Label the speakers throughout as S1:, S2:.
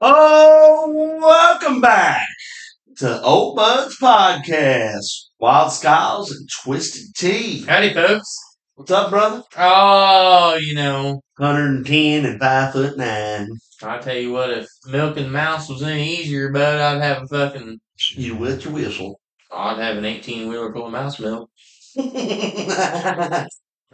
S1: Oh, welcome back to Old Bugs Podcast, Wild Skies and Twisted Tea.
S2: Howdy, folks.
S1: What's up, brother?
S2: Oh, you know,
S1: 110 and 5 foot 9.
S2: I tell you what, if milk and mouse was any easier, bud, I'd have a fucking,
S1: You with your whistle.
S2: I'd have an 18 wheeler full of mouse milk.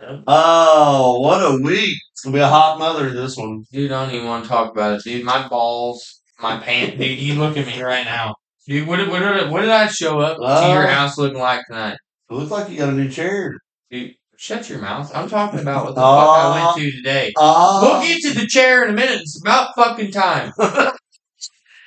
S2: Yep.
S1: oh, what a week. It's going to be a hot mother this one.
S2: Dude, I don't even want to talk about it, dude. My balls, my pants, dude, you look at me right now. Dude, what, did- what, did, I- what did I show up to your
S1: Oh.
S2: house looking like tonight?
S1: It looks like you got a new chair.
S2: Dude, shut your mouth. I'm talking about what the fuck I
S1: Oh.
S2: went to today. We'll
S1: Oh,
S2: get to the chair in a minute. It's about fucking time.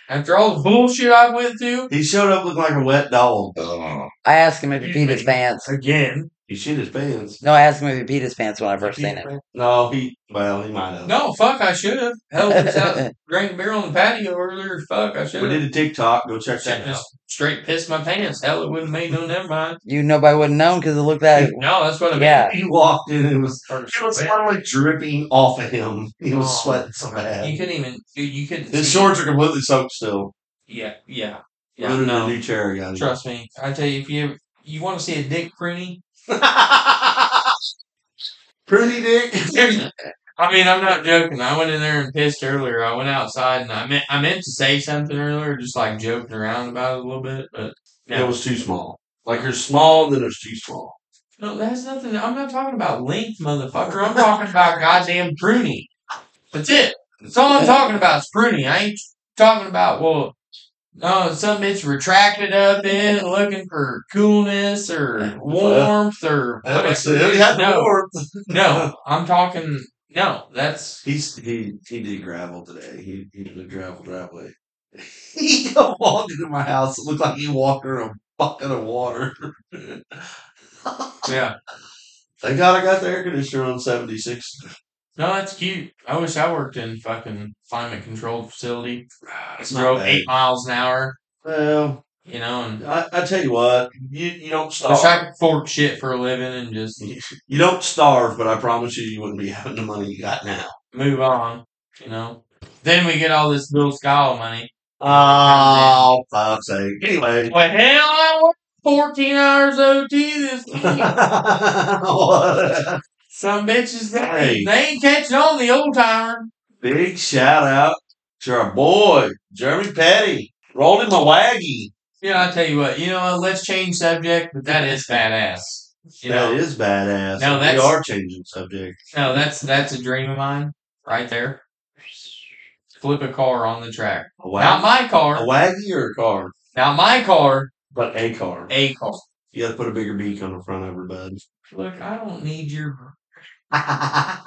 S2: After all the bullshit I went through,
S1: he showed up looking like a wet dog.
S3: I asked him if he
S2: Excuse
S3: peed
S2: me.
S3: his pants.
S2: again.
S1: He shit his pants.
S3: No, I asked him if he peed his pants when I first seen him.
S1: No, he, well, he might have.
S2: No, fuck, I should have. Hell, we was out drank beer on the patio earlier. Fuck, I
S1: We
S2: should
S1: did
S2: have.
S1: a TikTok. Go check that out.
S2: Just straight pissed my pants. Hell, it wouldn't have made no never mind.
S3: you nobody would have known because it looked like
S2: No, that's what I mean.
S3: yeah.
S1: He walked in and it was
S2: Or
S1: it was
S2: sweat.
S1: literally dripping off of him. He was
S2: Oh,
S1: sweating so bad.
S2: You couldn't even, dude, you couldn't.
S1: His
S2: see-
S1: shorts are completely soaked still.
S2: Yeah, yeah.
S1: Yeah,
S2: Yeah,
S1: no.
S2: no.
S1: new chair again.
S2: Trust me. I tell you, if you ever, you want to see a dick pruny,
S1: Pretty dick.
S2: I mean, I'm not joking. I went in there and pissed earlier. I went outside and I meant I meant to say something earlier, just like joking around about it a little bit. But
S1: It was too small. Like you're small, then it's too small.
S2: no, that's nothing. I'm not talking about length, motherfucker. I'm talking about goddamn pruny. That's it. That's all I'm talking about is pruny. I ain't talking about well, no, some bitch retracted up in looking for coolness or warmth or
S1: That was
S2: whatever.
S1: it. He had the
S2: no,
S1: warmth.
S2: no, I'm talking no. That's
S1: He's he he did gravel today. He he did a gravel driveway. He walked into my house. It looked like he walked in a bucket of water.
S2: yeah.
S1: Thank God I got the air conditioner on seventy six.
S2: No, that's cute. I wish I worked in fucking climate controlled facility.
S1: It's
S2: Drove eight miles an hour,
S1: Well,
S2: you know, and
S1: I, I tell you what, you, you don't
S2: wish I
S1: starve.
S2: could fork shit for a living and just
S1: You don't starve, but I promise you, you wouldn't be having the money you got now.
S2: move on, you know. Then we get all this Bill Scowl money.
S1: Oh, fuck's sake. Anyway.
S2: Well, hell, I worked 14 hours OT this week. Some bitches, they,
S1: Hey.
S2: they ain't catching on the old timer.
S1: Big shout out to our boy, Jeremy Petty. Rolled in my waggy.
S2: Yeah, I tell you what, you know what, let's change subject, but that is badass. You know,
S1: That is badass.
S2: No,
S1: we
S2: that's-
S1: are changing subject.
S2: No, that's that's a dream of mine right there. Flip a car on the track.
S1: A
S2: Not
S1: waggy,
S2: my
S1: a
S2: car.
S1: waggy or a car?
S2: Not my car.
S1: But a car.
S2: A car.
S1: You gotta put a bigger beak on the front of her, bud.
S2: Look, I don't need your.
S1: Uh,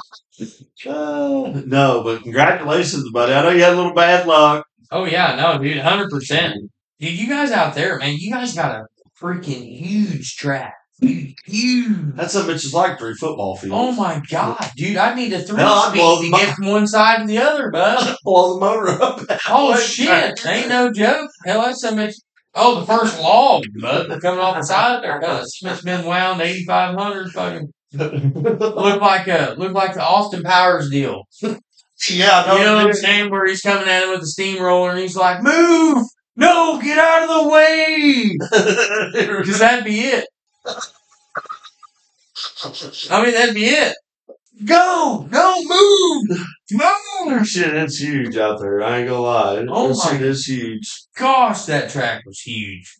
S1: no, but congratulations, buddy. I know you had a little bad luck.
S2: Oh yeah, no, dude, hundred percent. Dude, you guys out there, man, you guys got a freaking huge track. Huge.
S1: That's something that's just like three football fields.
S2: Oh my god, dude! I need a three
S1: Hell, I'd blow
S2: speed to
S1: my-
S2: get from one side to the other, bud.
S1: Blow the motor up.
S2: Oh
S1: Wait,
S2: shit, ain't no joke. Hell, that's so much. Oh, the first log, bud, coming off the side there. Hell, it's it's been wound eighty five hundred. Fucking look like a look like the Austin Powers deal.
S1: yeah,
S2: You know what I'm
S1: dude.
S2: saying? Where he's coming at him with a steamroller and he's like, "Move, no, get out of the way," because that'd be it. I mean, that'd be it. Go, no, move, move.
S1: Shit, it's huge out there. I ain't gonna lie. It-
S2: Oh
S1: this
S2: my-
S1: shit is huge.
S2: Gosh, that track was huge.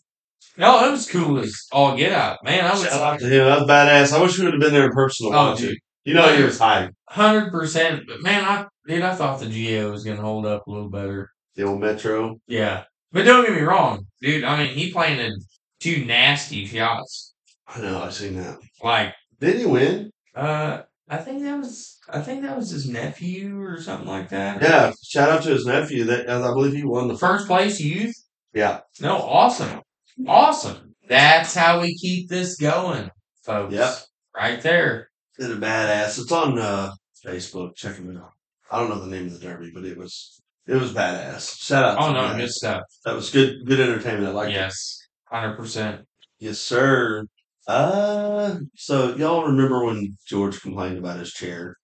S2: No, it was cool as all get out, man. I
S1: Shout out
S2: was
S1: to him. That was badass. I wish we would have been there in person to
S2: Oh,
S1: watch
S2: dude.
S1: it. You know he was hype.
S2: hundred percent, but man, I dude, I thought the Geo was gonna hold up a little better.
S1: The old Metro.
S2: Yeah. But don't get me wrong, dude. I mean, he planted two nasty shots.
S1: I know. I seen that.
S2: Like,
S1: Didn't he win?
S2: uh, I think that was, I think that was his nephew or something like that.
S1: Yeah. Shout out to his nephew. That I believe he won the.
S2: First place youth.
S1: Yeah.
S2: No, awesome, awesome. That's how we keep this going, folks.
S1: Yep.
S2: Right there.
S1: Did a badass. It's on uh, Facebook. Check him out. I don't know the name of the derby, but it was it was badass. Shout out.
S2: Oh
S1: to
S2: no,
S1: that.
S2: good stuff.
S1: That was good. Good entertainment. I like it.
S2: yes, hundred percent.
S1: Yes, sir. Uh, so y'all remember when George complained about his chair?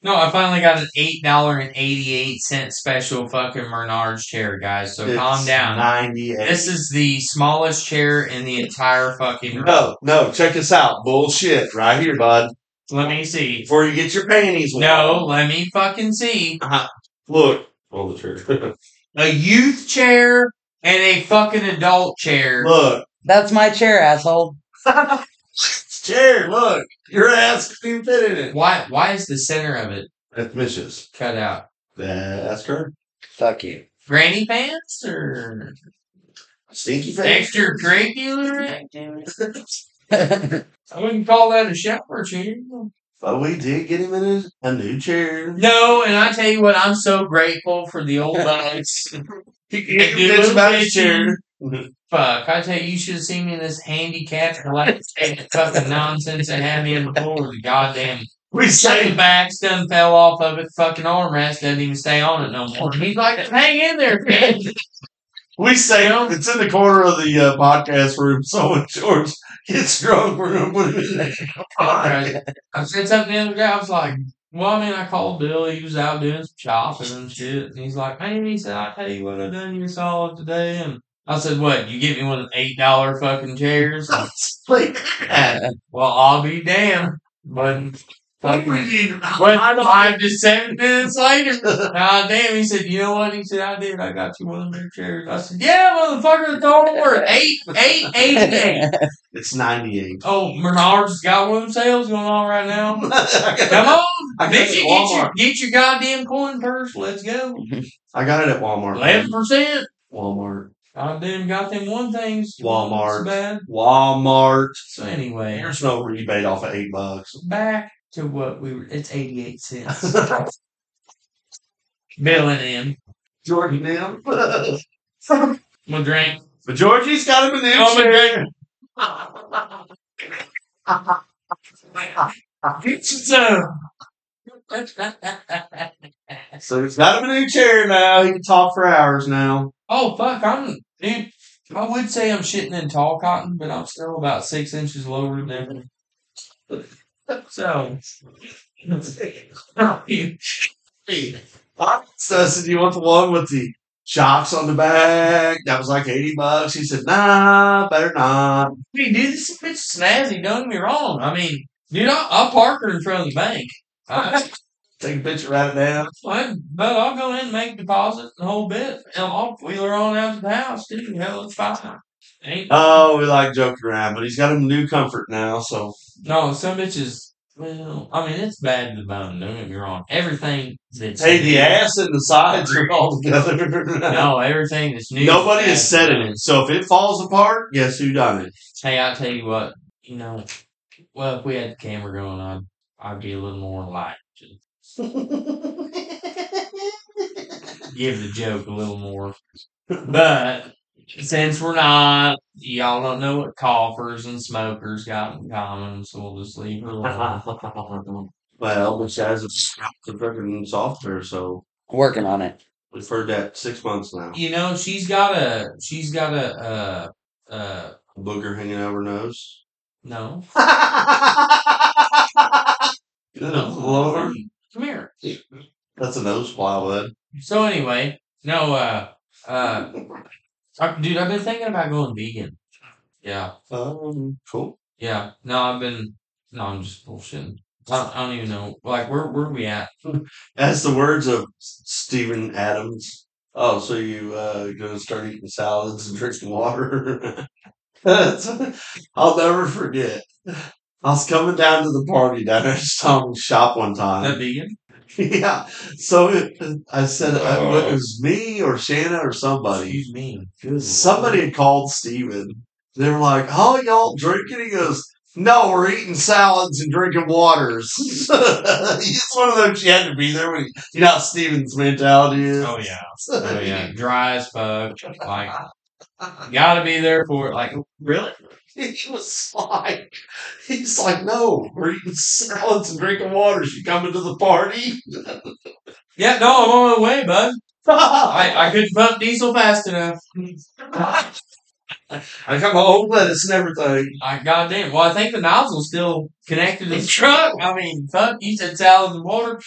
S2: No, I finally got an eight dollar and eighty eight cent special fucking Bernard's chair, guys. So calm down.
S1: Ninety-eight.
S2: This is the smallest chair in the entire fucking.
S1: no, no. Check this out. Bullshit, right here, bud.
S2: Let me see.
S1: Before you get your panties wet.
S2: No, let me fucking see.
S1: Look. Pull the trigger.
S2: A youth chair and a fucking adult chair.
S1: look.
S3: That's my chair, asshole.
S1: Chair. Look. Your ass can even fit in it.
S2: Why? Why is the center of it
S1: That's Mrs.
S2: cut out?
S1: Uh, ask her.
S3: Fuck you.
S2: Granny pants or
S1: Stinky face.
S2: extracurricular activities? I wouldn't call that a shower chair.
S1: But we did get him in his, a new chair.
S2: No, and I tell you what, I'm so grateful for the old bugs.
S1: He can
S2: If you
S1: bitch
S2: look
S1: about
S2: at
S1: his chair.
S2: you- Fuck, I tell you, you should have seen me in this handicapped, like, fucking nonsense and had me in the pool with the goddamn
S1: We
S2: Second
S1: say
S2: backs done fell off of it. Fucking armrest doesn't even stay on it no more. He's like, hang in there, man.
S1: we say
S2: Yeah.
S1: it's in the corner of the uh, podcast room. So when George gets drunk, we're gonna put him in there.
S2: I said something the other day. I was like, well, I mean, I called Bill. He was out doing some shopping and shit. And he's like, man, he said, I tell you what, I done you solid today. And I said, what? You get me one of them $8 fucking chairs?
S1: Like that.
S2: well, I'll be damned. But,
S1: What do we
S2: fucking,
S1: need?
S2: but
S1: I don't-
S2: five to seven minutes later, God damn, he said, you know what? He said, I did. I got you one of their chairs. I said, yeah, motherfucker, don't worry. Eight, eight, eight, eight.
S1: It's ninety-eight.
S2: Oh, Menards got one of them sales going on right now. Come
S1: I
S2: on.
S1: I got
S2: Bitch,
S1: it at
S2: you get your,
S1: Walmart.
S2: get your goddamn coin purse. Let's go.
S1: got it at Walmart. man.
S2: 11%.
S1: Walmart.
S2: Goddamn, got them one things.
S1: Walmart.
S2: It's bad.
S1: Walmart.
S2: So, anyway,
S1: There's no rebate off of eight bucks.
S2: back to what we were. It's 88 cents. Bill and him.
S1: Jordan them.
S2: I'm going to drink.
S1: but Georgie's got him in the
S2: I'm going to drink. Get yourself.
S1: So he's got him a new chair now. He can talk for hours now.
S2: Oh fuck, I'm dude. I would say I'm shitting in tall cotton, but I'm still about six inches lower than them. So
S1: I so I said, "Do you want the one with the shocks on the back? That was like eighty bucks." He said, "Nah, better not."
S2: Hey, dude, this is a bit snazzy, don't get me wrong. I mean, dude, I I'll park her in front of the bank. I,
S1: Take a picture, write it down.
S2: I- but I'll go in and make deposit and the whole bit. And I'll wheel her on out to the house, dude. Hell it's fine. Ain't
S1: Oh, we like joking around, but he's got him a new comfort now. So
S2: no some bitches well, I mean it's bad to the bone, don't get me wrong. Everything that's
S1: hey, the ass and the sides are all together.
S2: No, everything that's new.
S1: Nobody
S2: is
S1: is setting it. So if it falls apart, guess who done it?
S2: Hey, I tell you what, you know, well, if we had the camera going on, I'd be a little more like, give the joke a little more. But since we're not, y'all don't know what coughers and smokers got in common, so we'll just leave her alone.
S1: well, which has a fucking software, so
S3: Working on it.
S1: we've heard that six months now.
S2: you know, she's got a, she's got a, uh, uh,
S1: Booger hanging out her nose.
S2: no.
S1: Good Lord.
S2: Come here.
S1: That's a nose plow, bud.
S2: So anyway, no, uh, uh, I- dude, I've been thinking about going vegan. Yeah,
S1: Um, cool.
S2: yeah. No, I've been. No, I'm just bullshitting. I don't, I don't even know. Like, where where we at?
S1: As the words of S- Stephen Adams. Oh, so you uh gonna start eating salads and drinking water? That's- I'll never forget. I was coming down to the party down at Song's shop one
S2: The
S1: time.
S2: vegan?
S1: yeah. So it, I said uh,
S2: Oh.
S1: it was me or Shanna or somebody.
S2: Excuse me. Good
S1: Somebody had called Steven. They were like, Oh, y'all drinking? He goes, No, we're eating salads and drinking waters. He's one of those you had to be there when you know how Steven's mentality is.
S2: Lord. Oh yeah. Oh yeah. Dry as fuck. Like, gotta be there for it. Like, really?
S1: he was like he's like, No, we're eating salads and drinking waters. You coming to the party?
S2: Yeah. No, I'm on my way, bud. I I couldn't pump diesel fast enough.
S1: I come home, lettuce and everything.
S2: I goddamn. Well, I think the nozzle's still connected to the truck. I mean, fuck. You said salad and water.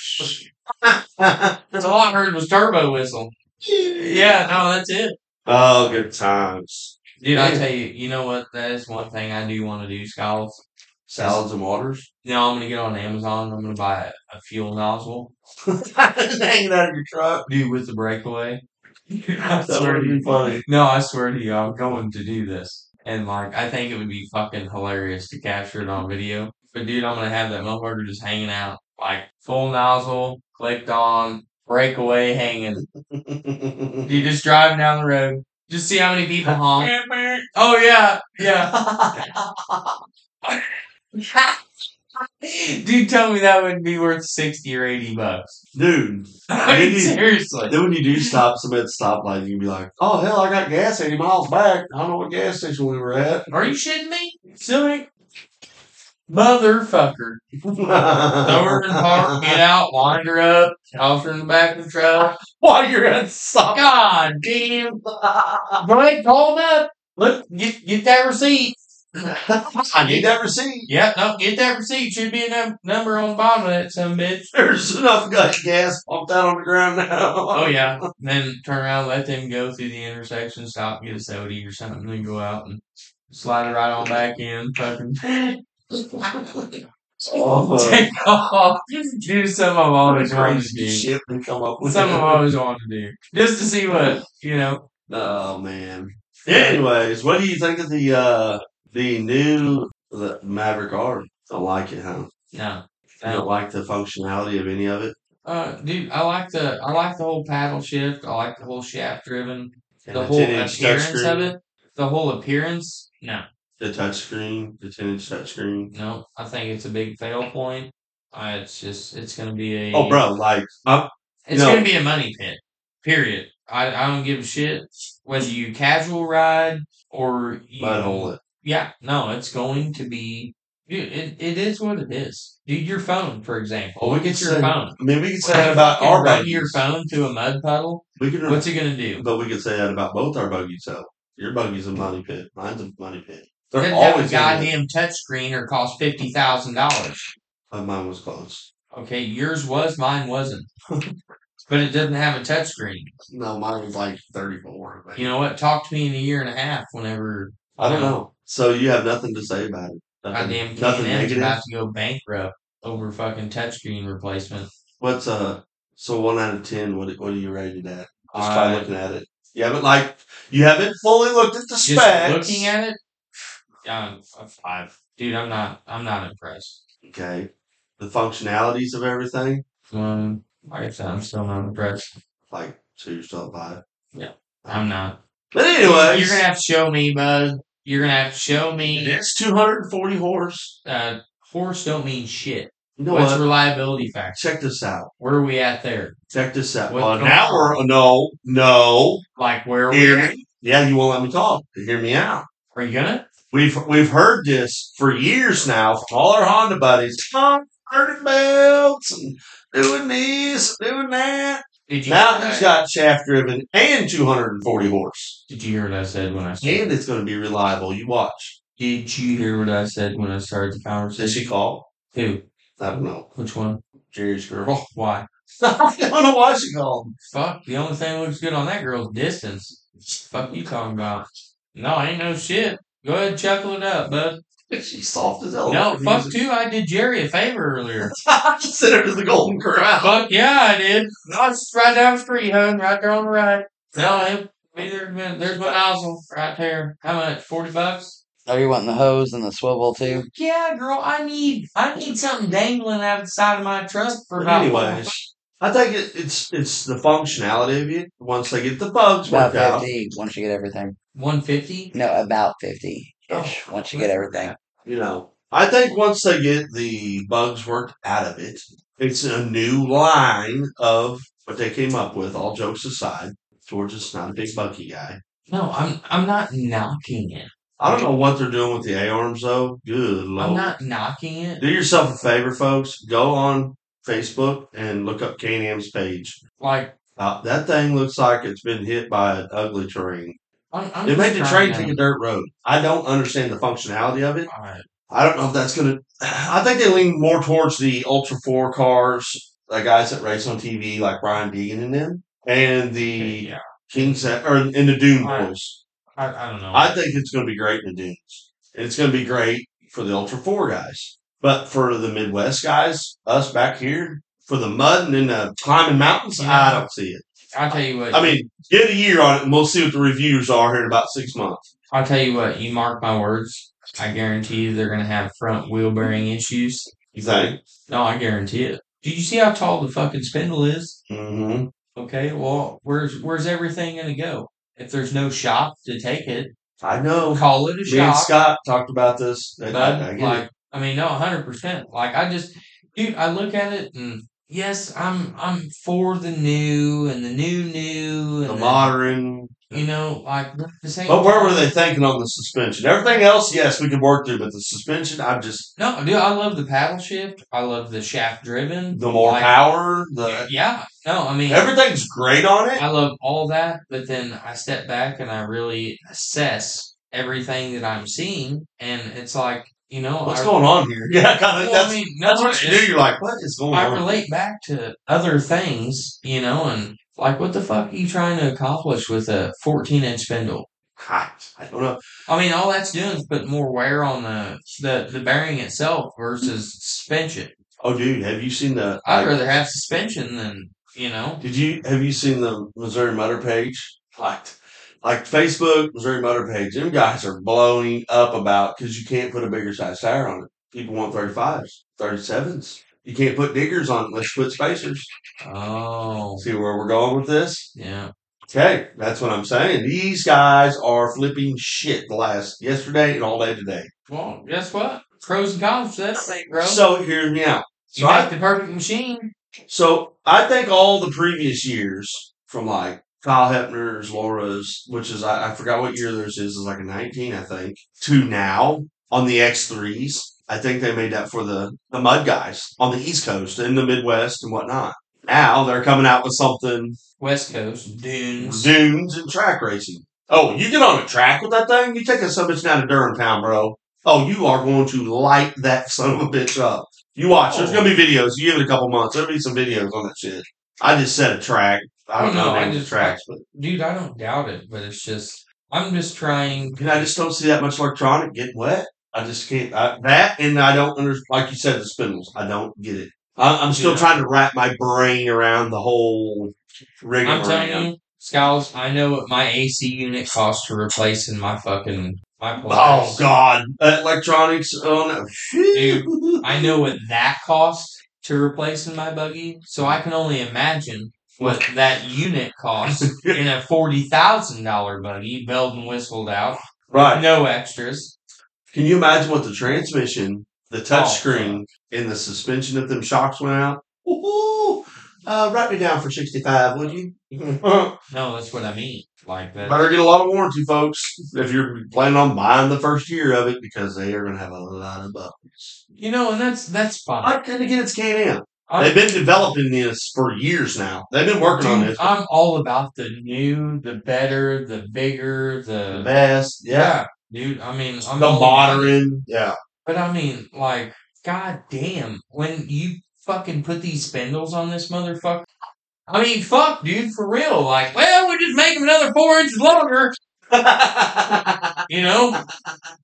S2: That's all I heard was turbo whistle. Yeah, no, that's it.
S1: oh, good times.
S2: Dude, I tell you, you know what? That is one thing I do want to do, Skiles.
S1: Salads and waters.
S2: Now I'm gonna get on Amazon. and I'm gonna buy a, a fuel nozzle,
S1: Hanging out of your truck.
S2: dude, with the breakaway. I
S1: That
S2: swear
S1: would
S2: to you.
S1: be funny.
S2: No, I swear to you, I'm going to do this. And like, I think it would be fucking hilarious to capture it on video. But dude, I'm gonna have that motherfucker just hanging out, like full nozzle, clicked on, breakaway hanging. You just driving down the road, just see how many people honk. oh yeah, yeah. dude, tell me that would be worth sixty or eighty bucks.
S1: Dude,
S2: I
S1: Did
S2: mean,
S1: you-
S2: seriously.
S1: then when you do stop somebody at the stoplight, you can be like, oh, hell, I got gas 80 miles back. I don't know what gas station we were at.
S2: Are you shitting me? Silly motherfucker. Throw her in the park, get out, wind her up, toss her in the back of the truck.
S1: While you're at stop.
S2: God damn. Blake, call him up. Look, get, get that receipt.
S1: I need that receipt.
S2: Yep, no, get that receipt. Should be a num- number on the bottom of that, some bitch.
S1: There's enough gut gas pumped out on the ground now.
S2: Oh, yeah. Then turn around, let them go through the intersection, stop, get a soda or something, then go out and slide it right on back in. Fucking.
S1: Oh,
S2: Take off. Do something I've always wanted to
S1: crazy
S2: do.
S1: shit they come up with.
S2: Something I've always wanted to do. Just to see what, you know.
S1: Oh man.
S2: Yeah.
S1: Anyways, what do you think of the uh the new the Maverick R? Don't like it, huh?
S2: No.
S1: I don't like the functionality of any of it.
S2: Uh, dude, I like the I like the whole paddle shift. I like the whole shaft driven.
S1: And
S2: the whole
S1: 10-inch
S2: appearance
S1: touchscreen-
S2: of it. The whole appearance. No,
S1: The touch screen, the ten inch touch screen.
S2: no. I think it's a big fail point. Uh, it's just it's gonna be a
S1: Oh bro, like I'm
S2: It's
S1: No.
S2: gonna be a money pit. Period. I, I don't give a shit whether you casual ride or you
S1: butthole it.
S2: Yeah, no, it's going to be. Dude, it, it is what it is. Dude, your phone, for example.
S1: Well, we
S2: Look at
S1: could
S2: your
S1: say-
S2: phone.
S1: I mean we could say
S2: When
S1: that
S2: you
S1: about
S2: fucking
S1: our
S2: run
S1: buggies.
S2: your phone through a mud puddle.
S1: We could
S2: What's it gonna do?
S1: but we could say that about both our buggies though. Your buggy's a money pit. Mine's a money pit. They're
S2: Doesn't have a
S1: always in it.
S2: goddamn touchscreen or cost fifty thousand dollars.
S1: But mine was close.
S2: Okay, yours was, mine wasn't. but it doesn't have a touchscreen.
S1: No, mine was like thirty four.
S2: You know what? Talk to me in a year and a half whenever
S1: I don't
S2: Yeah.
S1: know. So you have nothing to say about it.
S2: goddamn
S1: Nothing, nothing
S2: K&M's
S1: negative.
S2: about to go bankrupt over fucking touchscreen replacement.
S1: What's uh? So one out of ten. What what do you rate it at? Just by
S2: Uh,
S1: looking at it. You haven't like you haven't fully looked at the
S2: Just
S1: specs.
S2: looking at it, um, a five, dude. I'm not. I'm not impressed.
S1: okay, the functionalities of everything
S2: Um, like I said, I'm still not impressed.
S1: like two still five.
S2: Yeah. I'm not.
S1: But anyways,
S2: you're gonna have to show me, bud. You're gonna have to show me.
S1: it's two hundred and forty horse.
S2: Uh, horse don't mean shit.
S1: You know
S2: What's
S1: what?
S2: reliability factor?
S1: Check this out.
S2: Where are we at there?
S1: Check this out.
S2: What's
S1: Well,
S2: going
S1: now
S2: on?
S1: we're no no.
S2: Like where are we?
S1: Hear
S2: At?
S1: me? Yeah, you won't let me talk. Hear me out.
S2: Are you gonna?
S1: We've we've heard this for years now from all our Honda buddies. Oh, burning belts and doing this, doing that.
S2: Did you?
S1: Now he's got shaft driven and 240 horse,
S2: Did you hear what I said when I? Started?
S1: and it's going to be reliable. You watch.
S2: Did you hear what I said when I started the
S1: Did
S2: conversation?
S1: she call?
S2: Who?
S1: I don't know.
S2: Which one? Oh,
S1: Jerry's girl.
S2: Why?
S1: I don't know why she called.
S2: Fuck, the only thing that looks good on that girl's distance. Fuck you talking about. No, ain't no shit. Go ahead and chuckle it up, bud.
S1: She's soft as hell.
S2: No, fuck too, I did Jerry a favor earlier.
S1: Send her to the Golden Corral.
S2: fuck yeah, I did. No, it's just right down the street, hun, right there on the right. No, it, there's, been, there's my nozzle right there. How much? 40 bucks?
S3: Are Oh, you wanting the hose and the swivel too?
S2: Yeah, girl, I need I need something dangling out of the side of my truck for
S1: But
S2: about
S1: anyways, I think it, it's it's the functionality of it. Once they get the bugs
S3: About
S1: worked out,
S3: 50 once you get everything.
S2: 150
S3: No, about 50 ish
S1: Oh,
S3: once you get everything.
S1: you know, I think once they get the bugs worked out of it, it's a new line of what they came up with. All jokes aside, George is not a big bucky guy.
S2: No, I'm I'm not knocking it.
S1: I don't know what they're doing with the A arms though. Good
S2: I'm
S1: lord!
S2: not knocking it.
S1: Do yourself a favor, folks. Go on Facebook and look up K&M's page.
S2: Like
S1: Uh, that thing looks like it's been hit by an ugly train.
S2: I'm, I'm
S1: They
S2: just
S1: made the
S2: trying
S1: train
S2: to-
S1: take a dirt road. I don't understand the functionality of it.
S2: Alright.
S1: I don't know if that's gonna. I think they lean more towards the Ultra Four cars, the guys that race on TV, like Brian Deegan and them, and the
S2: Yeah.
S1: Kings that, or and the Doom
S2: Right.
S1: boys.
S2: I, I don't know.
S1: I think it's gonna be great in the Dunes. It's gonna be great for the Ultra Four guys, but for the Midwest guys, us back here for the mud and then the climbing mountains, I don't see it.
S2: I'll tell you what.
S1: I mean, get a year on it, and we'll see what the reviews are here in about six months.
S2: I'll tell you what. You mark my words. I guarantee you they're gonna have front wheel bearing issues.
S1: You think?
S2: No, I guarantee it. Do you see how tall the fucking spindle is?
S1: Mm-hmm.
S2: Okay, well, where's where's everything gonna go? If there's no shop to take it,
S1: I know.
S2: call it a
S1: Me and
S2: shop.
S1: Scott talked about this. I- I-
S2: But
S1: I get it.
S2: like, I mean, no, hundred percent. Like, I just, dude, I look at it and yes, I'm, I'm for the new and the new new and
S1: the modern.
S2: You know, like the same.
S1: But where were they thinking on the suspension? Everything else, yes, we could work through, but the suspension, I'm just
S2: No, dude, I love the paddle shift. I love the shaft driven.
S1: the more
S2: like,
S1: power, the
S2: Yeah. No, I mean,
S1: everything's great on it.
S2: I love all that, but then I step back and I really assess everything that I'm seeing, and it's like, you know,
S1: What's
S2: I,
S1: going on here? Yeah, kind of.
S2: Well,
S1: That's,
S2: I mean, no,
S1: that's what you
S2: it's-
S1: do. You're like, what is going
S2: I
S1: on?
S2: relate back to other things, you know, and like, what the fuck are you trying to accomplish with a 14 inch spindle?
S1: I, I don't know.
S2: I mean, all that's doing is putting more wear on the the, the bearing itself versus suspension.
S1: Oh, dude, have you seen the?
S2: I'd
S1: like,
S2: rather have suspension than you know.
S1: did you have you seen the Missouri Motor page? Like, like Facebook Missouri Motor page. Them guys are blowing up about because you can't put a bigger size tire on it. People want 35s, 37s. You can't put diggers on. it. Let's put spacers.
S2: Oh,
S1: See where we're going with this?
S2: yeah.
S1: Okay, that's what I'm saying. These guys are flipping shit the last yesterday and all day today.
S2: Well, guess what? Pros and cons to that thing, bro.
S1: So hear me out.
S2: you
S1: So I,
S2: make the perfect machine.
S1: so I think all the previous years from like Kyle Hepner's, Laura's, which is I, I forgot what year theirs is, is like a 19, I think, to now on the X3s. I think they made that for the the mud guys on the East Coast and the Midwest and whatnot. Now they're coming out with something
S2: West Coast dunes.
S1: dunes and track racing. Oh, you get on a track with that thing, you take a son of a bitch down to Durham Town, bro. Oh, you are going to light that son of a bitch up. You watch, there's gonna be videos. You give it a couple months, there'll be some videos on that shit. I just said a track. I don't
S2: Oh, no,
S1: know
S2: I
S1: names of
S2: just-
S1: tracks, but
S2: Dude, I don't doubt it, but it's just I'm just trying.
S1: and I just don't see that much electronic getting wet. I just can't I, that, and I don't understand. Like you said, the spindles, I don't get it. I, I'm still
S2: Yeah.
S1: trying to wrap my brain around the whole
S2: I'm
S1: rigmarole.
S2: telling you, Skiles, I know what my AC unit costs to replace in my fucking my
S1: Oh
S2: Polaris.
S1: God! Electronics on.
S2: Dude, I know what that costs to replace in my buggy, so I can only imagine what that unit costs in a forty thousand dollar buggy, belled and whistled out,
S1: Right?
S2: no extras.
S1: Can you imagine what the transmission, the touch
S2: Oh,
S1: screen, and the suspension of them shocks went out? Ooh, uh, write me down for sixty-five, would you? Better
S2: No, that's what I mean. Like that.
S1: get a lot of warranty, folks, if you're planning on buying the first year of it, because they are going to have a lot of buttons.
S2: You know, and that's that's fine.
S1: I couldn't get it's can am.
S2: I'm-
S1: They've been developing this for years now. They've been working on
S2: Dude, uh,
S1: this.
S2: I'm all about the new, the better, the bigger,
S1: The
S2: the
S1: best, yeah.
S2: dude. I mean, I'm
S1: The
S2: all about it.
S1: modern, yeah.
S2: But I mean, like, god damn, when you fucking put these spindles on this motherfucker. I mean, fuck, dude, for real. Like, well, we just make them another four inches longer, you know?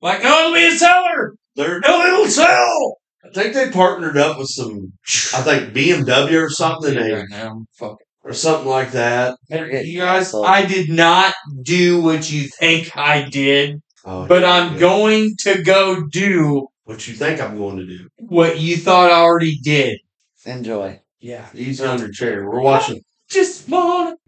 S2: like, no, it'll be a seller.
S1: They're
S2: No, it'll sell.
S1: I think they partnered up with some, I think BMW or something,
S2: Dude,
S1: they-
S2: right now, I'm fucking-
S1: or something like that.
S3: Forget
S2: You guys,
S3: yourself.
S2: I did not do what you think I did,
S1: Oh,
S2: but I'm
S1: yeah.
S2: going to go do
S1: What you think I'm going to do?
S2: what you thought I already did.
S3: Enjoy.
S2: Yeah.
S1: He's on your chair. We're watching.
S2: Just want.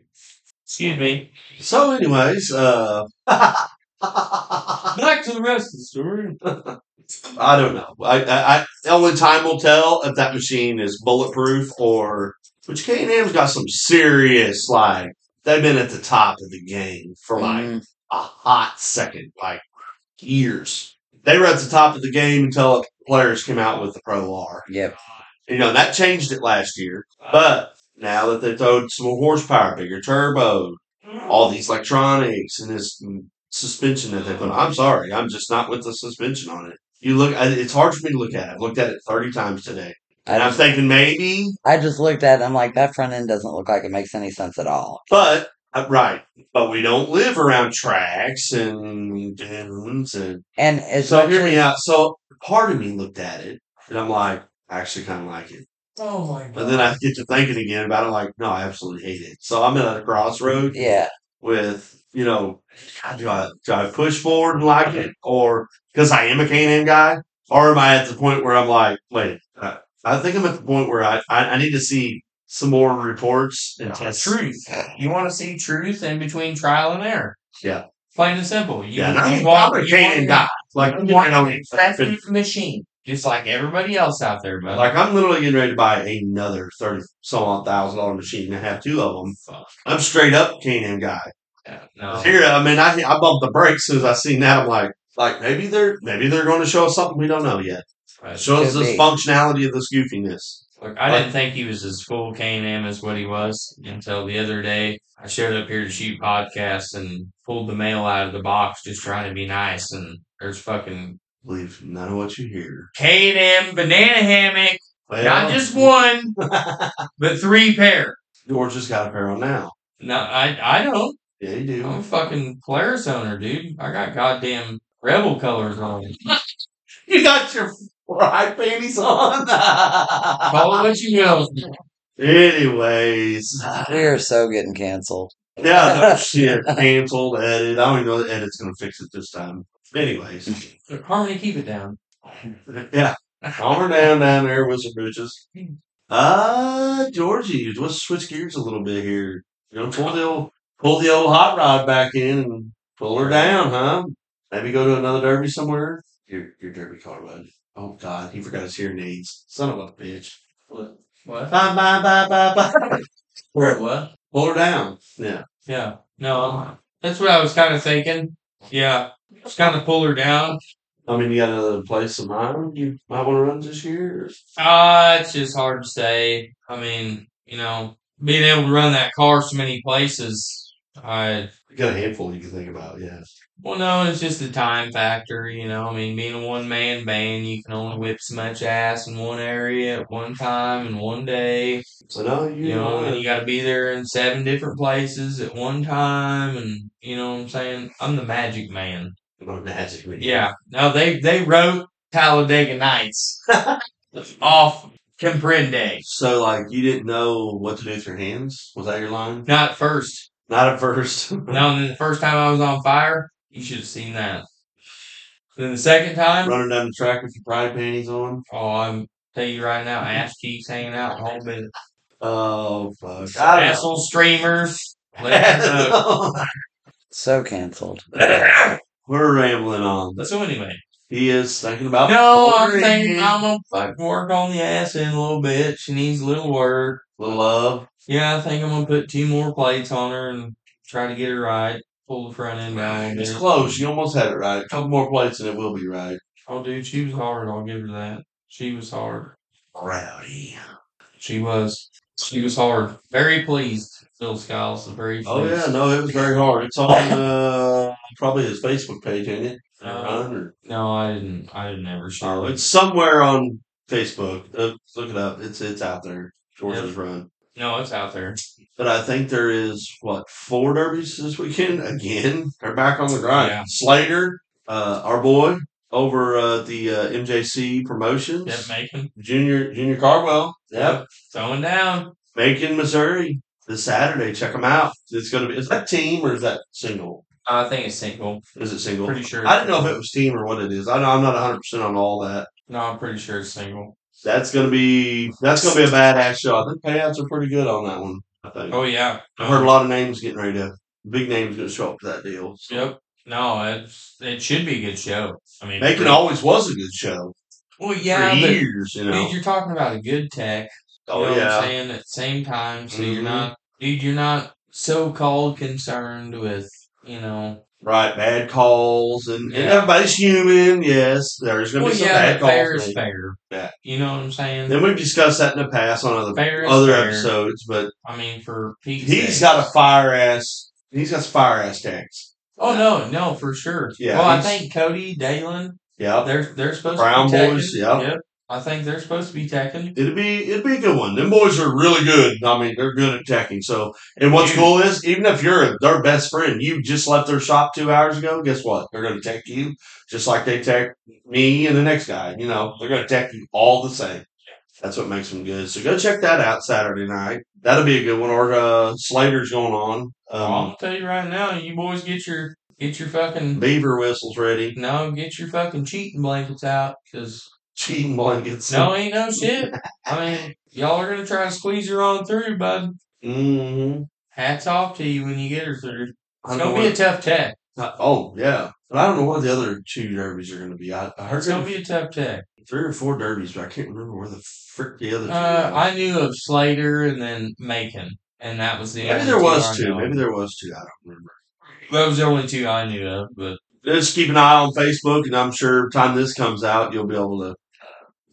S2: Excuse me.
S1: So, anyways, uh, I
S2: Back to the rest of the story.
S1: don't know. I, I, I only time will tell if that machine is bulletproof or. But K and M's got some serious like they've been at the top of the game for like
S3: Mm,
S1: a hot second, like years. They were at the top of the game until players came out with the Pro R.
S3: yep.
S1: You know, that changed it last year. But now that they throwed some more horsepower, bigger turbo, all these electronics and this suspension that they put. on. I'm sorry, I'm just not with the suspension on it. You look, I- it's hard for me to look at. it. I've looked at it 30 times today, and I'm thinking maybe,
S3: I just looked at it. I'm like, that front end doesn't look like it makes any sense at all.
S1: but uh, right, but we don't live around tracks and dunes and
S3: And it's
S1: so. Hear me out. So part of me looked at it, and I'm like, I actually kind of like it.
S2: Oh my god.
S1: But then I get to thinking again about it, like, no, I absolutely hate it. So I'm at a crossroad
S3: yeah,
S1: with, you know, God, do I do I push forward and like it, or because I am a K&M guy, or am I at the point where I'm like, wait, uh, I think I'm at the point where I I, I need to see some more reports and tests.
S2: truth. You want to see truth in between trial and error.
S1: Yeah.
S2: Plain and simple. You,
S1: Yeah, and I'm,
S2: you want-
S1: I'm a
S2: you want
S1: K&M
S2: your-
S1: guy. Like, I'm
S2: you want
S1: getting on
S2: your
S1: it.
S2: effective machine, just like everybody else out there, but
S1: like I'm literally getting ready to buy another thirty some odd thousand dollar machine and have two of them.
S2: fuck.
S1: I'm straight up K&M guy.
S2: Yeah, no.
S1: Here, I mean, I I bumped the brakes as I seen that. I'm like, like maybe they're maybe they're going to show us something we don't know yet.
S2: But,
S1: Show us
S3: Could
S1: this
S3: be.
S1: functionality of this goofiness.
S2: look, I didn't think he was as cool K&M as what he was until the other day. I showed up here to shoot podcasts and pulled the mail out of the box just trying to be nice. And there's fucking
S1: Believe none of what you hear.
S2: K&M banana hammock.
S1: Well,
S2: Not just one, but three pair.
S1: George has got a pair on now.
S2: No, I, I don't.
S1: Yeah, you do.
S2: I'm a fucking Polaris owner, dude. I got goddamn rebel colors on.
S1: You got your fry panties on.
S2: Call it what you will.
S1: Anyways,
S3: we are so getting canceled.
S1: yeah, no shit, canceled, edit. I don't even know the edit's gonna fix it this time. Anyways,
S2: Harmony, keep it down.
S1: yeah, calm her down down there with some bitches. Uh, Georgie, let's switch gears a little bit here. You know, pull the old, pull the old hot rod back in and pull her down, huh? Maybe go to another derby somewhere. Your your derby car, bud. Oh God, he forgot his hearing aids. Son of a bitch. Bye
S2: What?
S1: bye bye bye bye. Where?
S2: What?
S1: Pull her down. Yeah.
S2: Yeah. No, that's what I was kind of thinking. Yeah. Just kind of pull her down.
S1: I mean, you got another place in mind you might want to run this year.
S2: Uh, it's just hard to say. I mean, you know, being able to run that car so many places, I
S1: You got a handful you can think about. Yeah.
S2: Well, no, it's just the time factor, you know. I mean, being a one man band, you can only whip so much ass in one area at one time in one day,
S1: So no, you,
S2: you know, and you got to be there in seven different places at one time, and you know what I'm saying? I'm the magic man.
S1: got magic. with you.
S2: Yeah. No, they they wrote Talladega Nights off Comprende.
S1: So like you didn't know what to do with your hands? Was that your line?
S2: Not at first.
S1: Not at first.
S2: No, and then the first time I was on fire, you should have seen that. Then the second time,
S1: Running down the track with your pride panties on.
S2: Oh, I'm tell you right now, ass cheeks hanging out, the whole bit.
S1: Oh fuck. I don't know.
S2: Asshole streamers. let them know.
S3: So canceled.
S1: We're rambling on.
S2: so anyway,
S1: He is thinking about
S2: no, I'm
S1: poetry.
S2: thinking I'm gonna fucking work on the ass in a little bit. She needs a little work.
S1: little love.
S2: Yeah, I think I'm gonna put two more plates on her and try to get her right. Pull the front end down. a little
S1: It's
S2: bit.
S1: close. You almost had it right. A couple more plates and it will be right.
S2: Oh, dude, she was hard. I'll give her that. She was hard.
S1: Rowdy.
S2: She was. She was hard. Very pleased. Phil Skiles, very pleased.
S1: Oh yeah, no, it was very hard. It's on uh, probably his Facebook page, ain't it?
S2: Uh,
S1: Run or-
S2: No, I didn't. I didn't ever share.
S1: Oh,
S2: it.
S1: it's somewhere on Facebook. Uh, look it up. It's it's out there. George's run.
S2: No, it's out there.
S1: But I think there is what four derbies this weekend again. They're back on the grind.
S2: Yeah.
S1: Slater, uh, our boy over uh, the uh, MJC promotions,
S2: Yep, Macon
S1: junior Junior Carwell.
S2: Yep. throwing down.
S1: Macon, Missouri this Saturday. Check them out. It's going to be is that team or is that single?
S2: I think it's single.
S1: Is it single?
S2: Pretty sure.
S1: I don't know if it was team or what it is. I know I'm not 100 percent on all that.
S2: No, I'm pretty sure it's single.
S1: That's going to be that's going to be a badass show. I think payouts are pretty good on that one. I think
S2: Oh yeah.
S1: I heard a lot of names getting ready to big names going to show up for that deal. so.
S2: Yep. No, it's it should be a good show. I mean,
S1: Macon always was a good show
S2: Well, yeah,
S1: for
S2: but
S1: years, you know.
S2: dude, you're talking about a good tech. You
S1: oh
S2: know what I'm
S1: yeah,
S2: saying at the same time, so
S1: Mhm.
S2: you're not, dude, you're not so called concerned with, you know.
S1: right. Bad calls, and, and
S2: Yeah.
S1: everybody's human. Yes, there's going to
S2: Well,
S1: be some
S2: yeah,
S1: bad
S2: but fair
S1: calls.
S2: is
S1: made.
S2: fair.
S1: Yeah.
S2: You know what I'm saying?
S1: Then we've discussed that in the past on other
S2: fair is
S1: other
S2: fair.
S1: episodes, but
S2: I mean, for Pete's
S1: he's
S2: sake.
S1: got a fire ass He's got fire ass tanks.
S2: Oh no, no, for sure.
S1: Yeah,
S2: Well, I
S1: he's-
S2: think Cody Dalen,
S1: Yeah.
S2: they're they're supposed
S1: Brown
S2: to be
S1: boys,
S2: teching.
S1: yeah.
S2: I think they're supposed to be teching.
S1: It'd be it'd be a good one. Them boys are really good. I mean, they're good at teching. So, and what's
S2: Yeah.
S1: cool is even if you're their best friend, you just left their shop two hours ago. Guess what? They're going to tech you just like they tech me and the next guy. You know, they're going to tech you all the same. That's what makes them good. So go check that out Saturday night. That'll be a good one. Or uh, Slater's going on.
S2: Well, I'm
S1: Um,
S2: gonna tell you right now, you boys get your get your fucking
S1: Beaver whistles ready.
S2: no, get your fucking cheating blankets out because
S1: Cheating blankets.
S2: no, ain't no shit. I mean, y'all are gonna try to squeeze her on through, bud.
S1: Mm-hmm.
S2: Hats off to you when you get her through.
S1: I
S2: It's
S1: don't
S2: gonna be a tough tech.
S1: Uh, oh yeah, but I don't know what the other two derbies are going to be. I, I heard
S2: It's gonna
S1: there
S2: be a tough tech.
S1: were three or four derbies, but I can't remember where the frick the other. Two
S2: Uh,
S1: were.
S2: I knew of Slater and then Macon, and that was the
S1: maybe
S2: only
S1: there was
S2: I
S1: two.
S2: know.
S1: Maybe there was two. I don't remember.
S2: That was the only two I knew of, but
S1: Just keep an eye on Facebook, and I'm sure time this comes out, you'll be able to.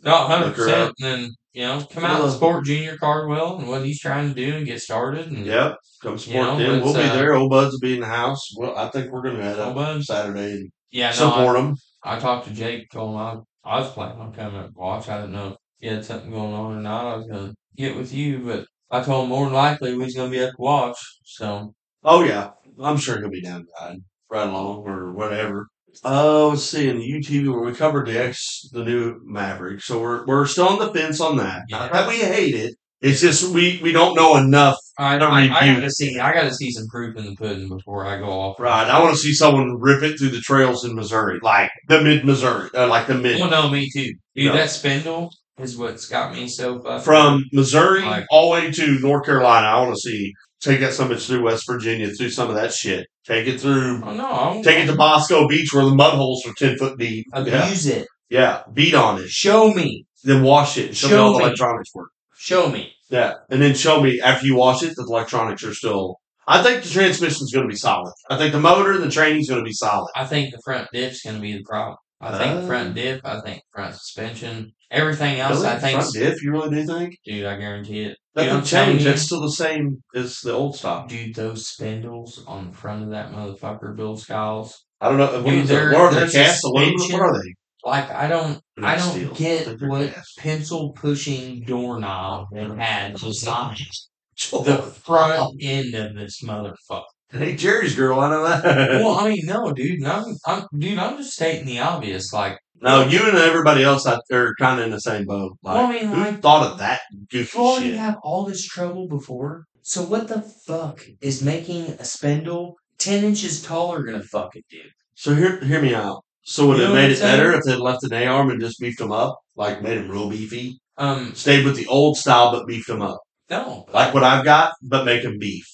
S2: not hundred
S1: Look her up.
S2: percent. Then you know, come out and
S1: Well,
S2: support Junior Cardwell and what he's trying to do and get started. And
S1: Yep, come support
S2: You know,
S1: them. We'll
S2: let's,
S1: be
S2: uh,
S1: there. Old buds will be in the house. Well, I think we're going to head
S2: Old
S1: up
S2: buds.
S1: Saturday and
S2: yeah, no, I,
S1: support them.
S2: I talked to Jake, told him I, I was planning on coming up to watch. I didn't know if he had something going on or not. I was gonna get with you, but I told him more than likely we was gonna be at the watch. So
S1: Oh yeah, I'm sure he'll be down to ride, ride along or whatever. Oh, let's see in the YouTube where we covered the X, the new Maverick. So we're we're still on the fence on that. Not that we hate it. It's just we we don't know enough.
S2: I,
S1: Don't
S2: I, I
S1: review.
S2: gotta see I gotta see some proof in the pudding before I go off.
S1: Right. I want to see someone rip it through the trails in Missouri, like the mid Missouri, uh, like the mid
S2: Well, no, me too. Dude,
S1: No.
S2: that spindle is what's got me so fucking
S1: from Missouri
S2: Like-
S1: all the way to North Carolina. I want to see take that some bitch through West Virginia, through some of that shit. Take it through.
S2: Oh no, I'm,
S1: Take it to Bosco Beach where the mud holes are ten foot deep. Yeah,
S2: abuse it.
S1: yeah. Beat on it.
S2: Show me.
S1: then wash it and show, me
S2: Show
S1: all the
S2: me.
S1: electronics work.
S2: Show me.
S1: Yeah. And then show me after you wash it, the electronics are still. I think the transmission's going to be solid. I think the motor and the training's going to be solid.
S2: I think the front dip's going to be the problem. I think the
S1: Uh.
S2: front dip. I think front suspension. Everything else,
S1: Really?
S2: I think,
S1: Front diff, you really do think?
S2: dude, I guarantee it.
S1: That
S2: Dude,
S1: can
S2: I'm telling
S1: change.
S2: you.
S1: That's still the same as the old stock.
S2: Dude, those spindles on the front of that motherfucker, Bill Skiles.
S1: I don't know. What,
S2: Dude,
S1: is it?
S2: they're-
S1: what are they?
S2: they're
S1: Cast aluminum? What
S2: suspension-
S1: are they?
S2: Like I don't,
S1: They're
S2: I
S1: not
S2: don't
S1: steel. I
S2: get
S1: think they're
S2: what
S1: cast.
S2: pencil pushing doorknob they had designed the
S1: Oh,
S2: front end of this motherfucker.
S1: Hey, Jerry's girl, I know that.
S2: Well, I mean, no, dude, and I'm, I'm, dude, I'm just stating the obvious. Like,
S1: no, you and everybody else out there are kind of in the same boat. Like,
S2: well, I mean,
S1: who
S2: like,
S1: thought of that goofy
S2: You already
S1: shit?
S2: have all this trouble before. So what the fuck is making a spindle ten inches taller gonna fucking do?
S1: So hear hear me out. So would
S2: You
S1: it
S2: know
S1: made
S2: what
S1: it
S2: I'm saying?
S1: better if they'd left an A arm and just beefed them up, like made them real beefy.
S2: Um,
S1: Stayed with the old style but beefed them up,
S2: no.
S1: like what I've got, but make them beef.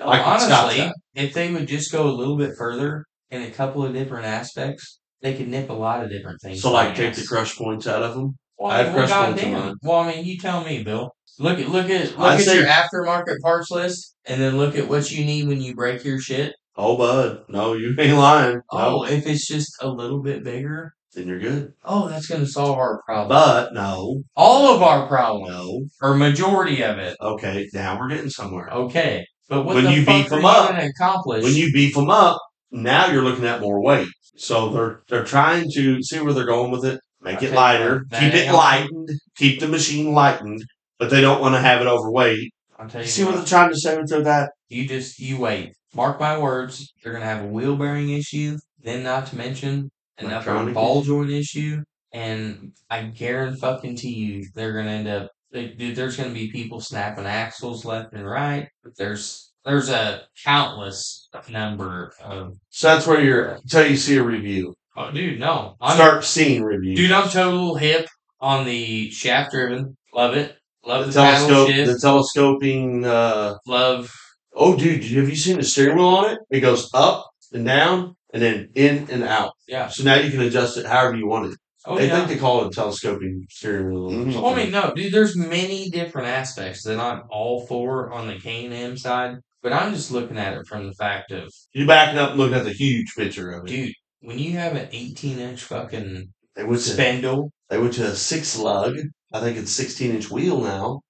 S2: no,
S1: like what Scott's
S2: honestly,
S1: got.
S2: if they would just go a little bit further in a couple of different aspects, they could nip a lot of different things.
S1: So
S2: in
S1: like take the
S2: ass.
S1: crush points out of them.
S2: Well,
S1: I
S2: I
S1: have
S2: mean,
S1: crushed
S2: well,
S1: ones in
S2: goddamn.
S1: mine.
S2: Well, I mean, you tell me, Bill. Look at look at look
S1: I
S2: at
S1: say-
S2: your aftermarket parts list, and then look at what you need when you break your shit.
S1: Oh, bud, no, you ain't lying.
S2: Oh,
S1: No,
S2: if it's just a little bit bigger,
S1: then you're good.
S2: oh, that's gonna solve our problem.
S1: But no,
S2: all of our problems
S1: no.
S2: or majority of it.
S1: Okay, now we're getting somewhere.
S2: Okay, but what
S1: When
S2: the
S1: you
S2: fuck
S1: beef
S2: are
S1: 'em
S2: you
S1: up,
S2: going to accomplish?
S1: When you beef them up, now you're looking at more weight. So they're they're trying to see where they're going with it. Make it
S2: Okay,
S1: lighter,
S2: that
S1: keep it
S2: ain't-
S1: lightened, keep the machine lightened, but they don't want to have it overweight.
S2: I'll tell
S1: You
S2: you,
S1: see what they're
S2: what,
S1: trying to say with their that?
S2: you just you wait. Mark my words, they're going to have a wheel bearing issue. Then, not to mention an upper
S1: Electronic
S2: ball joint issue, and I guarantee you, they're going to end up. they- Dude, there's going to be people snapping axles left and right. There's there's a countless number of.
S1: So that's where you're until you see a review.
S2: Oh, dude, no, I'm
S1: Start seeing reviews.
S2: Dude, I'm total hip on the shaft driven. Love it. Love
S1: the
S2: the, paddle
S1: telescope,
S2: shift.
S1: the telescoping. Uh,
S2: Love.
S1: oh, dude, have you seen the steering wheel on it? It goes up and down and then in and out.
S2: Yeah.
S1: So now you can adjust it however you want it.
S2: Oh
S1: they
S2: yeah.
S1: think they call it telescoping steering wheel. or
S3: Mhm.
S1: something.
S2: Well, I mean, no, dude. There's many different aspects that I'm all for on the K and M side, but I'm just looking at it from the fact of,
S1: You're backing up and looking at the huge picture of it.
S2: dude, when you have an 18 inch fucking
S1: they went to
S2: spindle,
S1: they went to a six lug. I think it's sixteen inch wheel now.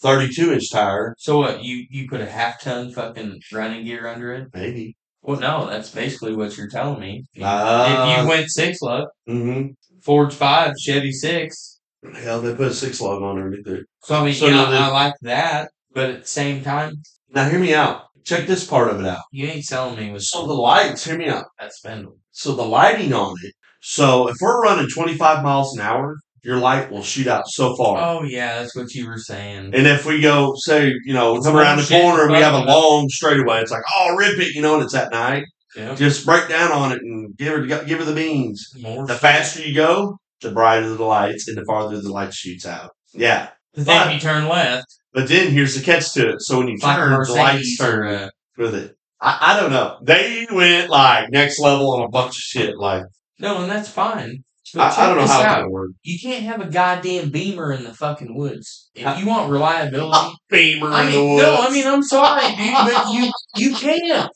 S1: 32 inch tire,
S2: So what? You you put a half ton fucking running gear under it?
S1: maybe.
S2: Well, no, that's basically what you're telling me. If you, if
S1: Uh,
S2: you went six lug,
S1: mhm.
S2: Ford's five, Chevy six.
S1: Hell, they put a six lug on underneath it.
S2: So I mean,
S1: So
S2: you know,
S1: then-
S2: I like that, but at the same time,
S1: Now, hear me out. Check this part of it out.
S2: you ain't selling me with
S1: So the lights, hear me out.
S2: that spindle.
S1: So the lighting on it. So if we're running 25 miles an hour, your light will shoot out so far.
S2: Oh yeah, that's what you were saying.
S1: And if we go, say, you know,
S2: It's
S1: come around the
S2: bullshit,
S1: corner and we have a
S2: bro.
S1: long straightaway, it's like, oh, rip it, you know, and it's at night.
S2: Yeah.
S1: Just break down on it and give her, give her the beans.
S2: More
S1: The faster you go, the brighter the lights and the farther the light shoots out. Yeah.
S2: But then
S1: But-
S2: you turn left,
S1: But then here's the catch to it. So when you
S2: it's like a
S1: turn, the lights
S2: Mercedes
S1: turn
S2: or a,
S1: with it. I, I don't know. They went like next level on a bunch of shit. Like,
S2: no, and that's fine. But
S1: I, I don't
S2: check
S1: know
S2: this
S1: how it's
S2: out.
S1: going to work.
S2: You can't have a goddamn beamer in the fucking woods.
S1: Huh?
S2: If you want reliability,
S1: Beamer
S2: I
S1: in the
S2: mean,
S1: woods.
S2: no, I mean, I'm sorry, dude, but you you can't.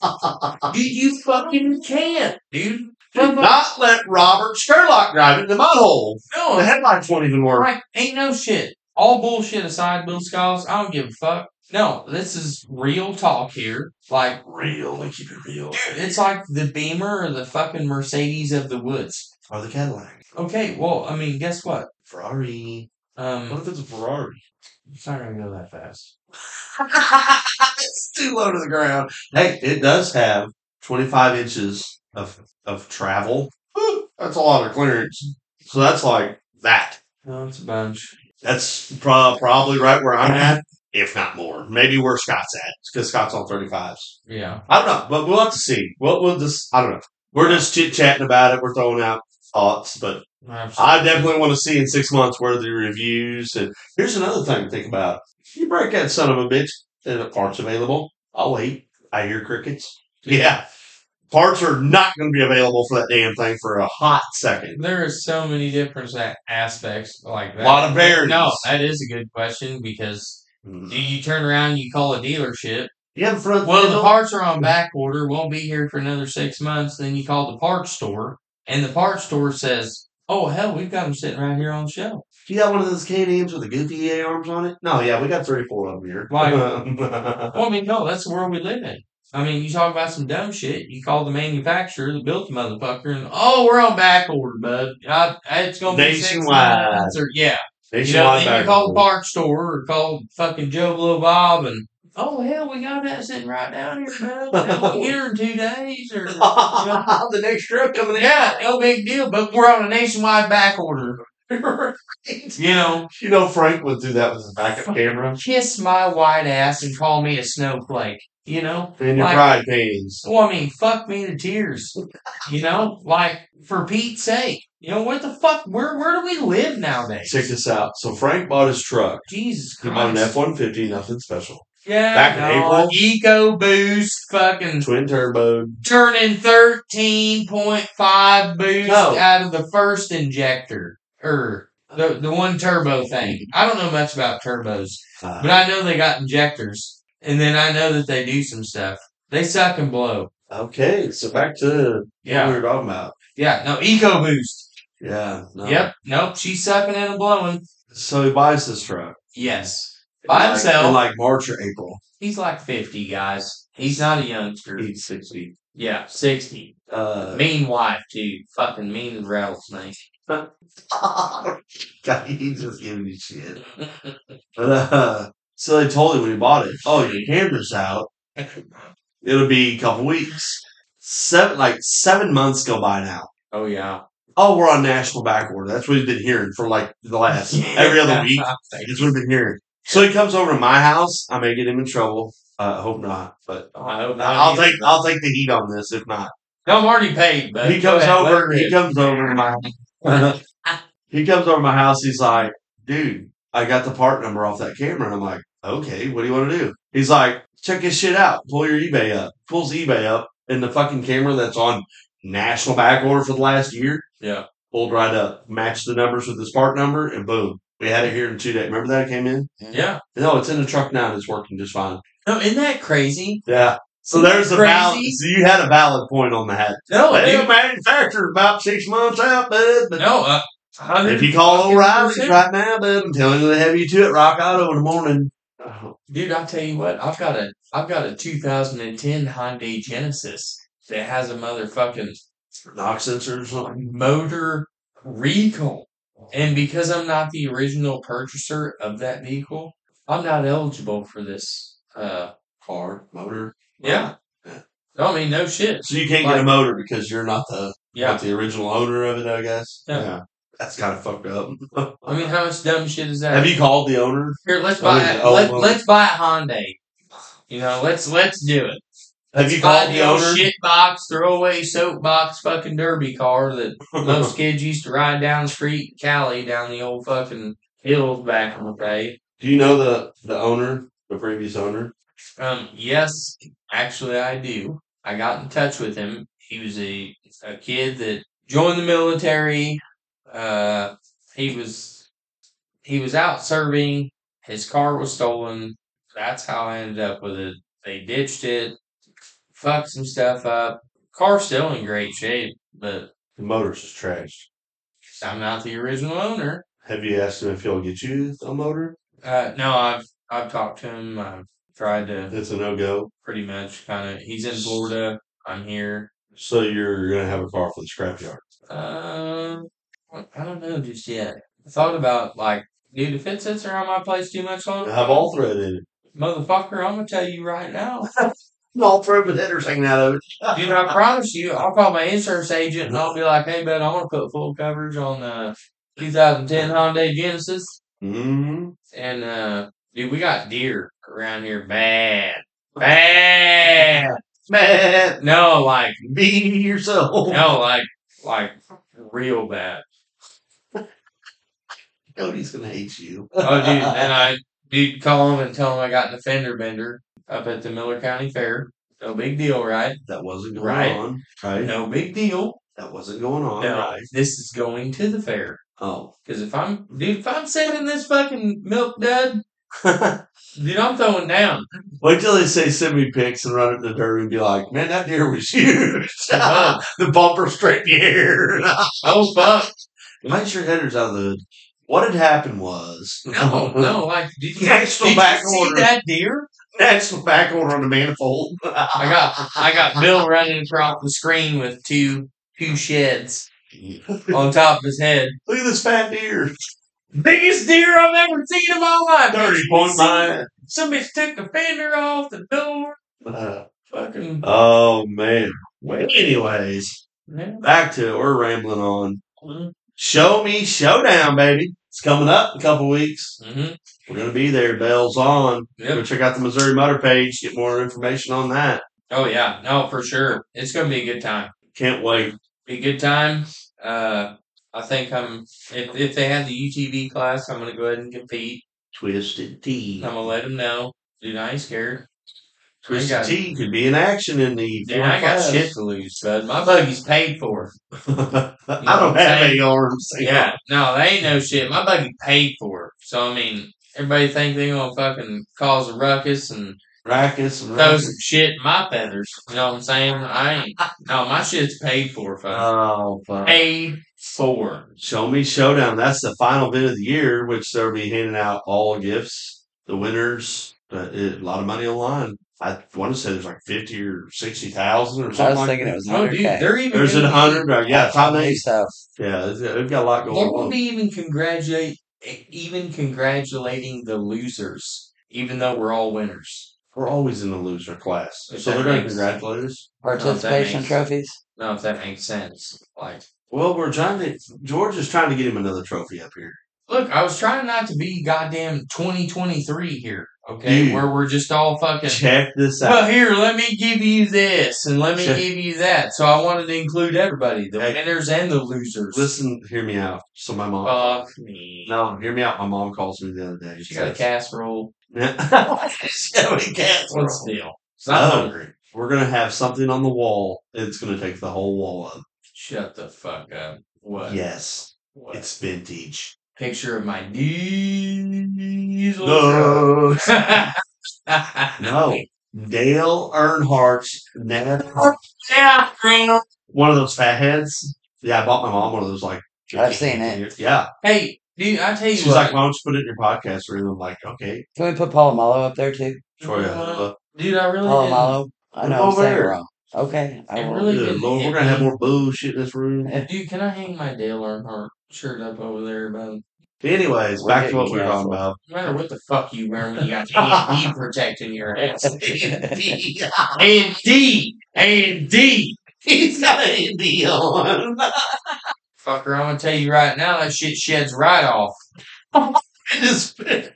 S2: You, you fucking can't, dude.
S1: Did not let Robert Sherlock drive into my hole.
S2: No,
S1: Oh, The headlights won't even work.
S2: Right. Ain't no shit. All bullshit aside, Bill Skiles, I don't give a fuck. No, this is real talk here. Like,
S1: Real, they keep it real.
S2: it's like the Beamer or the fucking Mercedes of the woods.
S1: Or the Cadillac.
S2: Okay, well, I mean, guess what?
S1: Ferrari. What
S2: Um,
S1: if it's a Ferrari?
S2: it's not gonna go that fast.
S1: it's too low to the ground. Hey, it does have 25 inches of, of travel. Whew, that's a lot of clearance. So that's like that.
S2: No, it's a bunch.
S1: That's pro- probably right where I'm at, if not more. Maybe where Scott's at, because Scott's on 35s.
S2: Yeah.
S1: I don't know, but we'll have to see. We'll, we'll just, I don't know. We're just chit chatting about it. We're throwing out thoughts, but I definitely want to see in six months where the reviews. And here's another thing to think about: you break that son of a bitch, and the parts available. I'll wait. I hear crickets. Yeah, parts are not going to be available for that damn thing for a hot second.
S2: There are so many different sa- aspects like that.
S1: Lot of variance.
S2: No, that is a good question because do you turn around and you call a dealership
S1: Yeah, front.
S2: Well, the
S1: handle-
S2: parts are on back order. Won't be here for another six months. Then you call the parts store, and the parts store says, "Oh hell, we've got them sitting right here on the shelf."
S1: you got one of those K&Ms with the goofy AA arms on it? No, yeah, we got thirty four of them here.
S2: Well, I mean, no, that's the world we live in. I mean, you talk about some dumb shit. You call the manufacturer that built the motherfucker, and oh, we're on back order, bud. I, it's gonna be six
S1: Nationwide.
S2: months, or yeah.
S1: They
S2: You
S1: should
S2: know,
S1: lie
S2: then you
S1: back
S2: call the
S1: on
S2: parts store or call fucking Joe Blow Bob, and oh hell, we got that sitting right down here, bud. We'll get here in two days, or
S1: that. the next trip coming in.
S2: Yeah, no big deal, but we're on a nationwide back order. You know,
S1: You know, Frank would do that with his backup camera
S2: kiss my white ass and call me a snowflake. You know,
S1: and your
S2: Like-
S1: pride pains.
S2: well, I mean, fuck me to tears. You know, like for Pete's sake, you know, what the fuck? Where where do we live nowadays?
S1: Check this out. So Frank bought his truck.
S2: Jesus
S1: He bought an F
S2: Christ!
S1: one fifty, nothing special.
S2: Yeah,
S1: back in April.
S2: Eco Boost, fucking
S1: Twin turbo.
S2: turning thirteen point five boost
S1: No.
S2: out of the first injector or the the one turbo thing. I don't know much about turbos. But
S1: Uh,
S2: I know they got injectors, and then I know that they do some stuff. They suck and blow.
S1: okay, so back to what we
S2: Yeah,
S1: were talking about.
S2: yeah. No Eco Boost.
S1: Yeah. no.
S2: Yep. Nope. She's sucking and blowing.
S1: So he buys this truck
S2: Yes. By
S1: In like-
S2: himself.
S1: in like March or April.
S2: He's like fifty, guys. He's not a youngster.
S1: He's sixty.
S2: Yeah, sixty.
S1: Uh,
S2: Mean wife too. Fucking mean as a rattlesnake.
S1: God, he's just giving you shit. But uh, so they told him when he bought it, oh, your camera's out. It'll be a couple weeks. Seven, like seven months go by now.
S2: Oh yeah.
S1: Oh, we're on national back order. That's what we've been hearing for like the last every other week. That's what we've been hearing. So he comes over to my house. I may get him in trouble. Uh, I hope not, but
S2: I hope not.
S1: I'll take I'll take the heat on this if not.
S2: No, I'm already paid. But
S1: He
S2: go
S1: comes
S2: ahead,
S1: over.
S2: let her
S1: He
S2: rip.
S1: comes over to my. he comes over to my house. He's like, "Dude, I got the part number off that camera." And I'm like, "Okay, what do you want to do?" He's like, "Check this shit out. Pull your eBay up." Pulls eBay up, and the fucking camera that's on national back order for the last year.
S2: Yeah.
S1: pulled right up. Matched the numbers with this part number, and boom, we had it here in two days. Remember that it came in?
S2: Yeah.
S1: No, it's in the truck now, and it's working just fine.
S2: No, isn't that crazy?
S1: Yeah. So there's a
S2: Crazy. Oh,
S1: valid. So you had a valid point on that.
S2: No,
S1: That
S2: no,
S1: new manufacturer about six months out, bud. But
S2: No, uh,
S1: if
S2: 100
S1: you call
S2: fucking
S1: O'Reilly's
S2: percent.
S1: right now, bud, I'm telling you they have you to it Rock Auto in the morning.
S2: Dude, I'll tell you what, I've got a I've got a 2010 Hyundai Genesis that has a motherfucking
S1: knock sensor or something.
S2: motor recall. And because I'm not the original purchaser of that vehicle, I'm not eligible for this uh
S1: Car, motor.
S2: yeah. I mean no shit.
S1: So you can't get a
S2: Like-
S1: motor because you're not the
S2: Yeah.
S1: not the original owner of it, I guess.
S2: Yeah.
S1: That's kind of fucked up.
S2: I mean how much dumb shit is that?
S1: Have you called the owner?
S2: Here, let's
S1: Oh,
S2: buy
S1: yeah.
S2: a,
S1: Oh,
S2: let,
S1: well.
S2: let's buy a Hyundai. You know, let's let's do it.
S1: Have you
S2: Buy
S1: called the
S2: the old
S1: owner?
S2: shit box, throwaway soapbox fucking derby car that most kids used to ride down the street in Cali down the old fucking hills back in the day.
S1: Do you know the the owner, the previous owner?
S2: Um, yes, actually I do. I got in touch with him. He was a a kid that joined the military. Uh, he was he was out serving. His car was stolen. That's how I ended up with it. They ditched it, fucked some stuff up. Car's still in great shape, but
S1: The motor's just trashed.
S2: I'm not the original owner.
S1: Have you asked him if he'll get you a motor?
S2: Uh, no, I've I've talked to him. I've tried to
S1: It's a no go.
S2: pretty much kind of. He's in Florida. I'm here.
S1: So you're gonna have a car for the scrapyard.
S2: Um, I don't know just yet. I thought about like, dude, if it sits around my place too much longer,
S1: Have all thread in it.
S2: motherfucker, I'm gonna tell you right now,
S1: All thread with headers hanging out of it.
S2: dude. I promise you, I'll call my insurance agent and I'll be like, hey, bud, I want to put full coverage on the 2010 Hyundai Genesis.
S1: Mm-hmm.
S2: And uh dude, we got deer around here bad. Bad.
S1: Man,
S2: No, like
S1: be yourself.
S2: no, like like real bad.
S1: Cody's gonna hate you.
S2: Oh dude, and I dude call him and tell him I got an offender bender up at the Miller County Fair. No big deal, right?
S1: That wasn't going
S2: Right.
S1: on. Right.
S2: No big deal.
S1: That wasn't going on.
S2: No,
S1: Right.
S2: this is going to the fair.
S1: Oh.
S2: Cause if I'm dude, if I'm sending this fucking milk dud, dude, I'm throwing down.
S1: Wait till they say send me pics and run up the dirt and be like, man, that deer was huge.
S2: Oh.
S1: the bumper straight in the air.
S2: Oh fuck.
S1: Why's your headers out of the hood? What had happened was
S2: No, no, like did you, did
S1: National
S2: you
S1: back
S2: see
S1: order.
S2: that deer?
S1: That's the back order on the manifold.
S2: I got I got Bill running across the screen with two two sheds on top of his head.
S1: Look at this fat deer.
S2: Biggest deer I've ever seen in my life.
S1: Thirty point nine.
S2: Somebody took the fender off the door.
S1: Uh,
S2: Fucking
S1: oh man. Well, anyways,
S2: yeah.
S1: back to it. We're rambling on.
S2: Mm-hmm.
S1: Show me showdown, baby. It's coming up in a couple weeks.
S2: hmm
S1: We're gonna be there. Bells on. Go
S2: Yep.
S1: check out the Missouri Motor page. Get more information on that.
S2: Oh yeah, no, for sure. It's gonna be a good time.
S1: Can't wait.
S2: Be a good time. Uh, I think I'm if if they have the UTV class, I'm gonna go ahead and compete.
S1: Twisted
S2: I'm
S1: T.
S2: gonna let them know. Dude, I ain't scared. I
S1: Twisted
S2: got-
S1: T could be in action in the.
S2: Dude, I got
S1: fourth
S2: shit to lose, bud. My buggy's paid for.
S1: class. I don't have any arms.
S2: Yeah, no, they ain't no shit. My buggy paid for it. So I mean, everybody think they gonna fucking cause a ruckus and
S1: Rackus and
S2: throw
S1: Rackus.
S2: some shit in my feathers. You know what I'm saying? I ain't. No, my shit's paid for. Fuck.
S1: Oh, fuck.
S2: Paid for.
S1: Show Me Showdown. That's the final bit of the year, which they'll be handing out all gifts. The winners, uh, it- a lot of money online. I want to say there's like fifty or sixty thousand or something.
S3: I was
S1: like
S3: thinking
S1: that.
S3: it was
S2: Oh, dude,
S3: 100K.
S2: they're even.
S1: There's a
S2: gonna be-
S1: hundred. uh, Yeah, top
S3: New
S1: eight.
S3: stuff.
S1: Yeah, it's- they've got a lot
S2: They
S1: going
S2: won't
S1: on.
S2: be even congratulate, e, even congratulating the losers, even though we're all winners.
S1: We're always in the loser class,
S2: If
S1: so
S2: that
S1: they're going to
S2: makes-
S1: congratulate us.
S3: Participation
S2: makes-
S3: trophies.
S2: No, if that makes sense. Like,
S1: Well, we're trying to. George is trying to get him another trophy up here.
S2: Look, I was trying not to be goddamn 2023 here, okay?
S1: Dude.
S2: Where we're just all fucking.
S1: Check this out.
S2: Well, here, let me give you this and let me
S1: Check.
S2: give you that. So I wanted to include everybody, the
S1: Hey.
S2: winners and the losers.
S1: Listen, hear me out. So my mom.
S2: Fuck me.
S1: no, hear me out. My mom calls me the other day.
S2: Uh, She got a
S1: says-
S2: casserole.
S1: Yeah. She got a cat.
S2: What's the deal? So I'm
S1: Oh.
S2: hungry.
S1: We're gonna have something on the wall. It's gonna take the whole wall up.
S2: Shut the fuck up. What?
S1: Yes,
S2: What?
S1: it's vintage.
S2: Picture of my diesel.
S1: No,
S2: truck.
S1: no. Dale Earnhardt's net.
S2: Yeah, bro.
S1: One of those fat heads. Yeah, I bought my mom one of those. Like
S3: I've seen
S1: Yeah,
S2: Hey, Dude, I tell you
S1: She's
S2: what,
S1: like, why don't you put it in your podcast reel? I'm like, okay,
S3: Can we put Palomalo up there too?
S1: Troy.
S2: Mhm.
S1: uh,
S2: dude, I really didn't.
S3: Palomalo? I know I'm
S1: Over
S3: saying
S1: there.
S3: wrong. Okay. I
S2: It Eh.
S3: will.
S2: really-
S1: good Lord, we're gonna have more bullshit in this room.
S2: Dude, can I hang my Dale Earnhardt shirt up over there, bud?
S1: Anyways,
S3: We're
S1: back to what we
S3: getting
S1: were talking about.
S2: No matter what the fuck you wear when you got A&D protecting your ass. A&D. A&D. A&D.
S1: He's got an ND on.
S2: Fucker, I'm going to tell you right now, that shit sheds right off.
S1: It's- it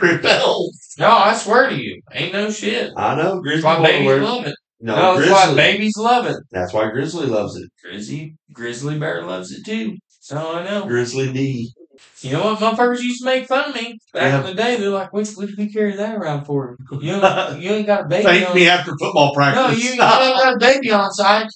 S1: rebels.
S2: No, I swear to you. Ain't no shit.
S1: I know Grizzly.
S2: That's why
S1: Boy
S2: babies
S1: wears-
S2: love it.
S1: no,
S2: No, that's why
S1: Grizzly.
S2: babies love it.
S1: That's why Grizzly loves it.
S2: Grizzly, Grizzly Bear loves it too. So I know.
S1: Grizzly D.
S2: You know what? Motherfuckers used to make fun of me back
S1: Yeah.
S2: in the day. They're like, "What? What did we carry that around for? You ain't, you ain't got a baby
S1: Thank
S2: on.
S1: me after football
S2: No,
S1: practice.
S2: you, you ain't got a baby on site."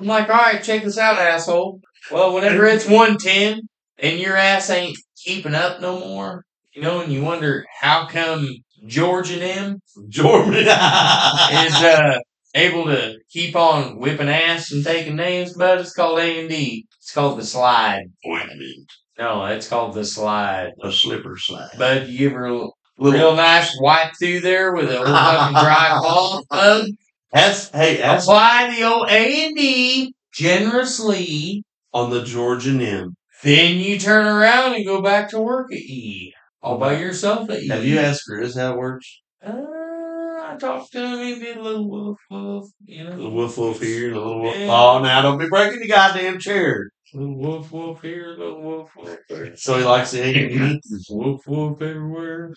S2: I'm like, "All right, check this out, asshole. Well, whenever it's one ten and your ass ain't keeping up no more, you know, and you wonder how come George and them
S1: Jordan.
S2: is uh, able to keep on whipping ass and taking names, but it's called A and D. It's called the slide.
S1: Ointment.
S2: No, it's called the slide."
S1: A slipper slide.
S2: Bud, you give her a
S1: Little-
S2: real nice wipe through there with a fucking dry cloth. Bud,
S1: Ask- hey, ask
S2: apply the old A and D generously.
S1: on the Georgian M.
S2: Then you turn around and go back to work at E. All by yourself at E.
S1: Have you asked Grizz how it works?
S2: Uh, I talked to him. He did a little woof woof, you
S1: A
S2: know,
S1: little woof woof here, a little woof.
S2: Yeah.
S1: Oh, now don't be breaking the goddamn chair.
S2: little woof woof here, little woof woof there,
S1: So he likes the egg.
S2: woof woof everywhere.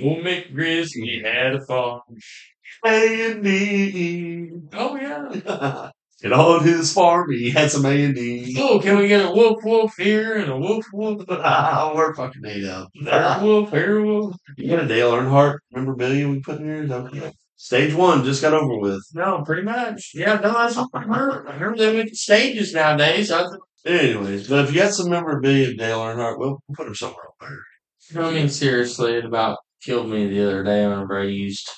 S2: Old Mick Grizz, he had a farm.
S1: A and D.
S2: Oh yeah.
S1: And on his farm, he had some A and D.
S2: Oh, can we get a woof woof here and a woof woof
S1: We're fucking made up.
S2: there? Woof here, woof.
S1: You got a Dale Earnhardt, remember million we put in here? Is that what you- Stage one just got over with.
S2: No, pretty much. Yeah, no, that's what I heard. I heard them at the stages nowadays. I,
S1: Anyways, but if you got some memorabilia of Dale Earnhardt, we'll, we'll put him somewhere over there.
S2: I mean, seriously, it about killed me the other day whenever I used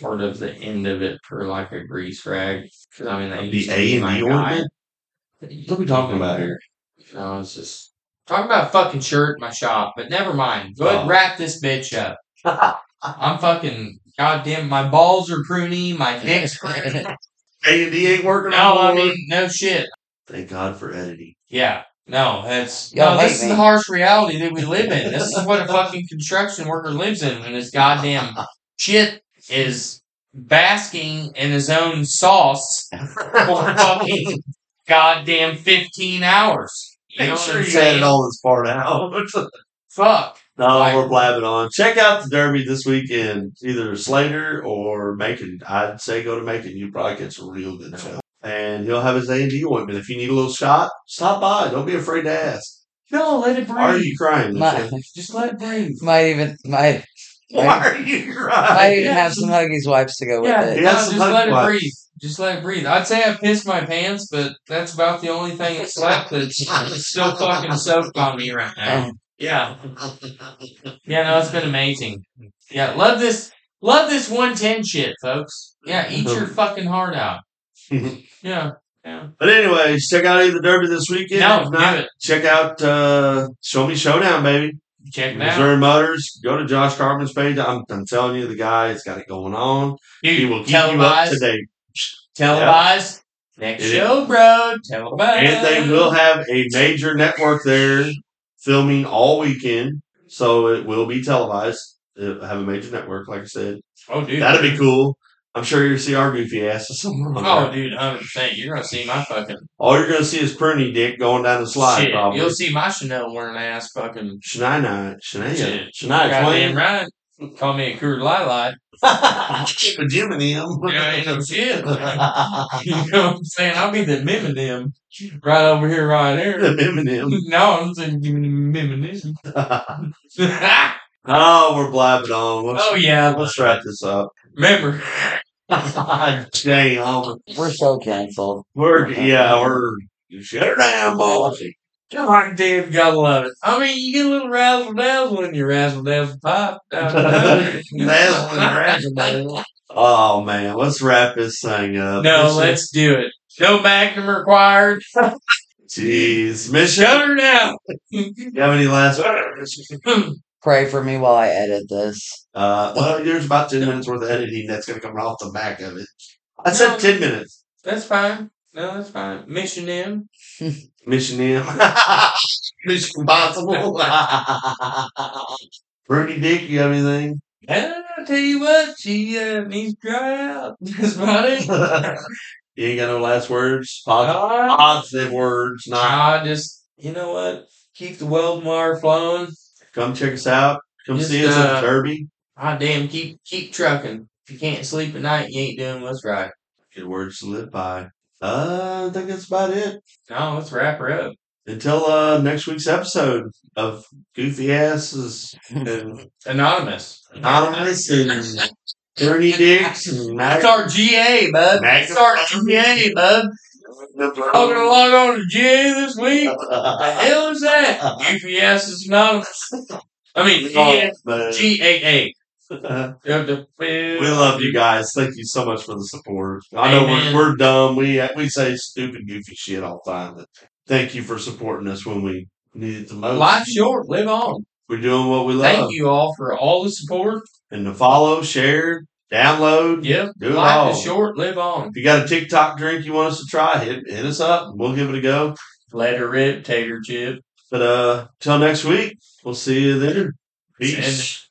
S2: part of the end of it for like a grease rag. Because I mean, that used
S1: The
S2: to be
S1: A
S2: my
S1: and D
S2: guide.
S1: ornament. What are we talking about here?
S2: You know, it's just talking about a fucking shirt in my shop, but never mind. Go ahead and
S1: Oh.
S2: wrap this bitch up. I'm fucking goddamn. My balls are pruny. My dick's pruny.
S1: A and D ain't working.
S2: No, I
S1: on it.
S2: mean, no shit.
S1: Thank God for editing.
S2: Yeah. No, that's
S3: Y'all
S2: no,
S3: hate
S2: this is
S3: me.
S2: the harsh reality that we live in. This is what a fucking construction worker lives in when his goddamn shit is basking in his own sauce for fucking goddamn fifteen hours. You know
S1: Make
S2: what
S1: sure
S2: I'm
S1: you
S2: saying?
S1: edit all this part out.
S2: Fuck.
S1: no,
S2: Like-
S1: we're blabbing on. Check out the Derby this weekend, either Slater or Macon. I'd say go to Macon. You probably get some real good show. And he'll have his A and D ointment. If you need a little shot, stop by. Don't be afraid to ask.
S2: No, let it breathe.
S1: Why are you crying?
S3: Might,
S2: Just let it breathe.
S3: might even might
S1: Why are you
S3: might
S1: crying?
S3: even have some Huggies wipes to go with
S2: Yeah,
S3: it.
S1: He
S2: no,
S1: has
S2: just
S1: some
S2: let it
S1: hug
S2: breathe. Just let it breathe. I'd say I pissed my pants, but that's about the only thing that's left that's still fucking soaked on me right now. Yeah. Yeah, no, it's been amazing. Yeah, love this love this one ten shit, folks. Yeah, eat your fucking heart out. Yeah. Yeah.
S1: But anyways, check out either Derby this weekend.
S2: No,
S1: If not,
S2: do it.
S1: check out uh, Show Me Showdown, baby.
S2: Check it out.
S1: Missouri Motors. Go to Josh Carpenter's page. I'm, I'm telling you, the guy has got it going on. He
S2: Dude,
S1: will keep you up to
S2: televised.
S1: date.
S2: Televised. Next
S1: It is.
S2: show, bro. Televised.
S1: And they will have a major network there filming all weekend. So it will be televised. It'll have a major network, like I said.
S2: Oh dude.
S1: That'll be cool. I'm sure you'll see our goofy asses somewhere on
S2: Oh
S1: there.
S2: dude, hundred percent. You're gonna see my fucking
S1: All you're going to see is Pruny Dick going down the slide,
S2: shit.
S1: probably.
S2: You'll see my Chanel wearing ass fucking
S1: Shania, Shania,
S2: Shit.
S1: Shania
S2: goddamn
S1: Twain.
S2: right. Call me a crude lilac.
S1: Keep a gym in him.
S2: You know, ain't no shit. You know what I'm saying? I'll be the miminem right over here, right there.
S1: Eminem.
S2: No, I'm saying give me the miminem.
S1: Oh, we're blabbing on. Let's,
S2: oh yeah,
S1: let's wrap this up.
S2: remember.
S1: Damn.
S3: We're so canceled.
S1: We're, yeah, we're. you Shut her down, boy.
S2: God damn, gotta love it. I mean, you get a little razzle dazzle in your razzle dazzle pop. no,
S1: Oh, man. Let's wrap this thing up. This is-
S2: let's do it. No magnum required.
S1: Jeez, Michelle,
S2: Shut her down.
S1: you have any last? Uh,
S3: Pray for me while I edit this.
S1: Uh, well, there's about ten minutes worth of editing that's going to come off the back of it. I said
S2: No.
S1: ten minutes.
S2: that's fine. No, that's fine. Mission M.
S1: Mission M. Mission Impossible. Brody Dick, you have anything?
S2: And I tell you what, she uh, needs to dry out. That's about
S1: Uh,
S2: it.
S1: you ain't got no last words. Positive,
S2: Uh,
S1: positive words. Not
S2: Nah, just you know what? Keep the weld wire flowing.
S1: come check us out. Come
S2: Just,
S1: see us at
S2: uh,
S1: the Derby.
S2: Ah, damn, keep keep trucking. If you can't sleep at night, you ain't doing what's right.
S1: Good words to live by. Uh, I think that's about it.
S2: No, let's wrap her up.
S1: Until uh, next week's episode of Goofy Asses and
S2: Anonymous.
S1: Anonymous and Dirty Dicks and Mac-
S2: Start GA, bud.
S1: Magnum-
S2: Start GA, bud. I'm gonna log on to GA this week. The hell is that? UPS is anonymous. I mean, GA. GAA.
S1: we
S2: We
S1: love you guys. Thank you so much for the support. I know
S2: Amen.
S1: we're, we're dumb. We we say stupid, goofy shit all the time. But thank you for supporting us when we need it the most.
S2: Life's short. Live on.
S1: We're doing what we love.
S2: Thank you all for all the support.
S1: And to follow, share, download,
S2: Yep.
S1: do it all.
S2: Life is short. Live on.
S1: If you got a TikTok drink you want us to try, hit, hit us up. We'll give it a go.
S2: Let her rip, tater chip.
S1: But uh till next week, we'll see you then. Peace.
S2: And-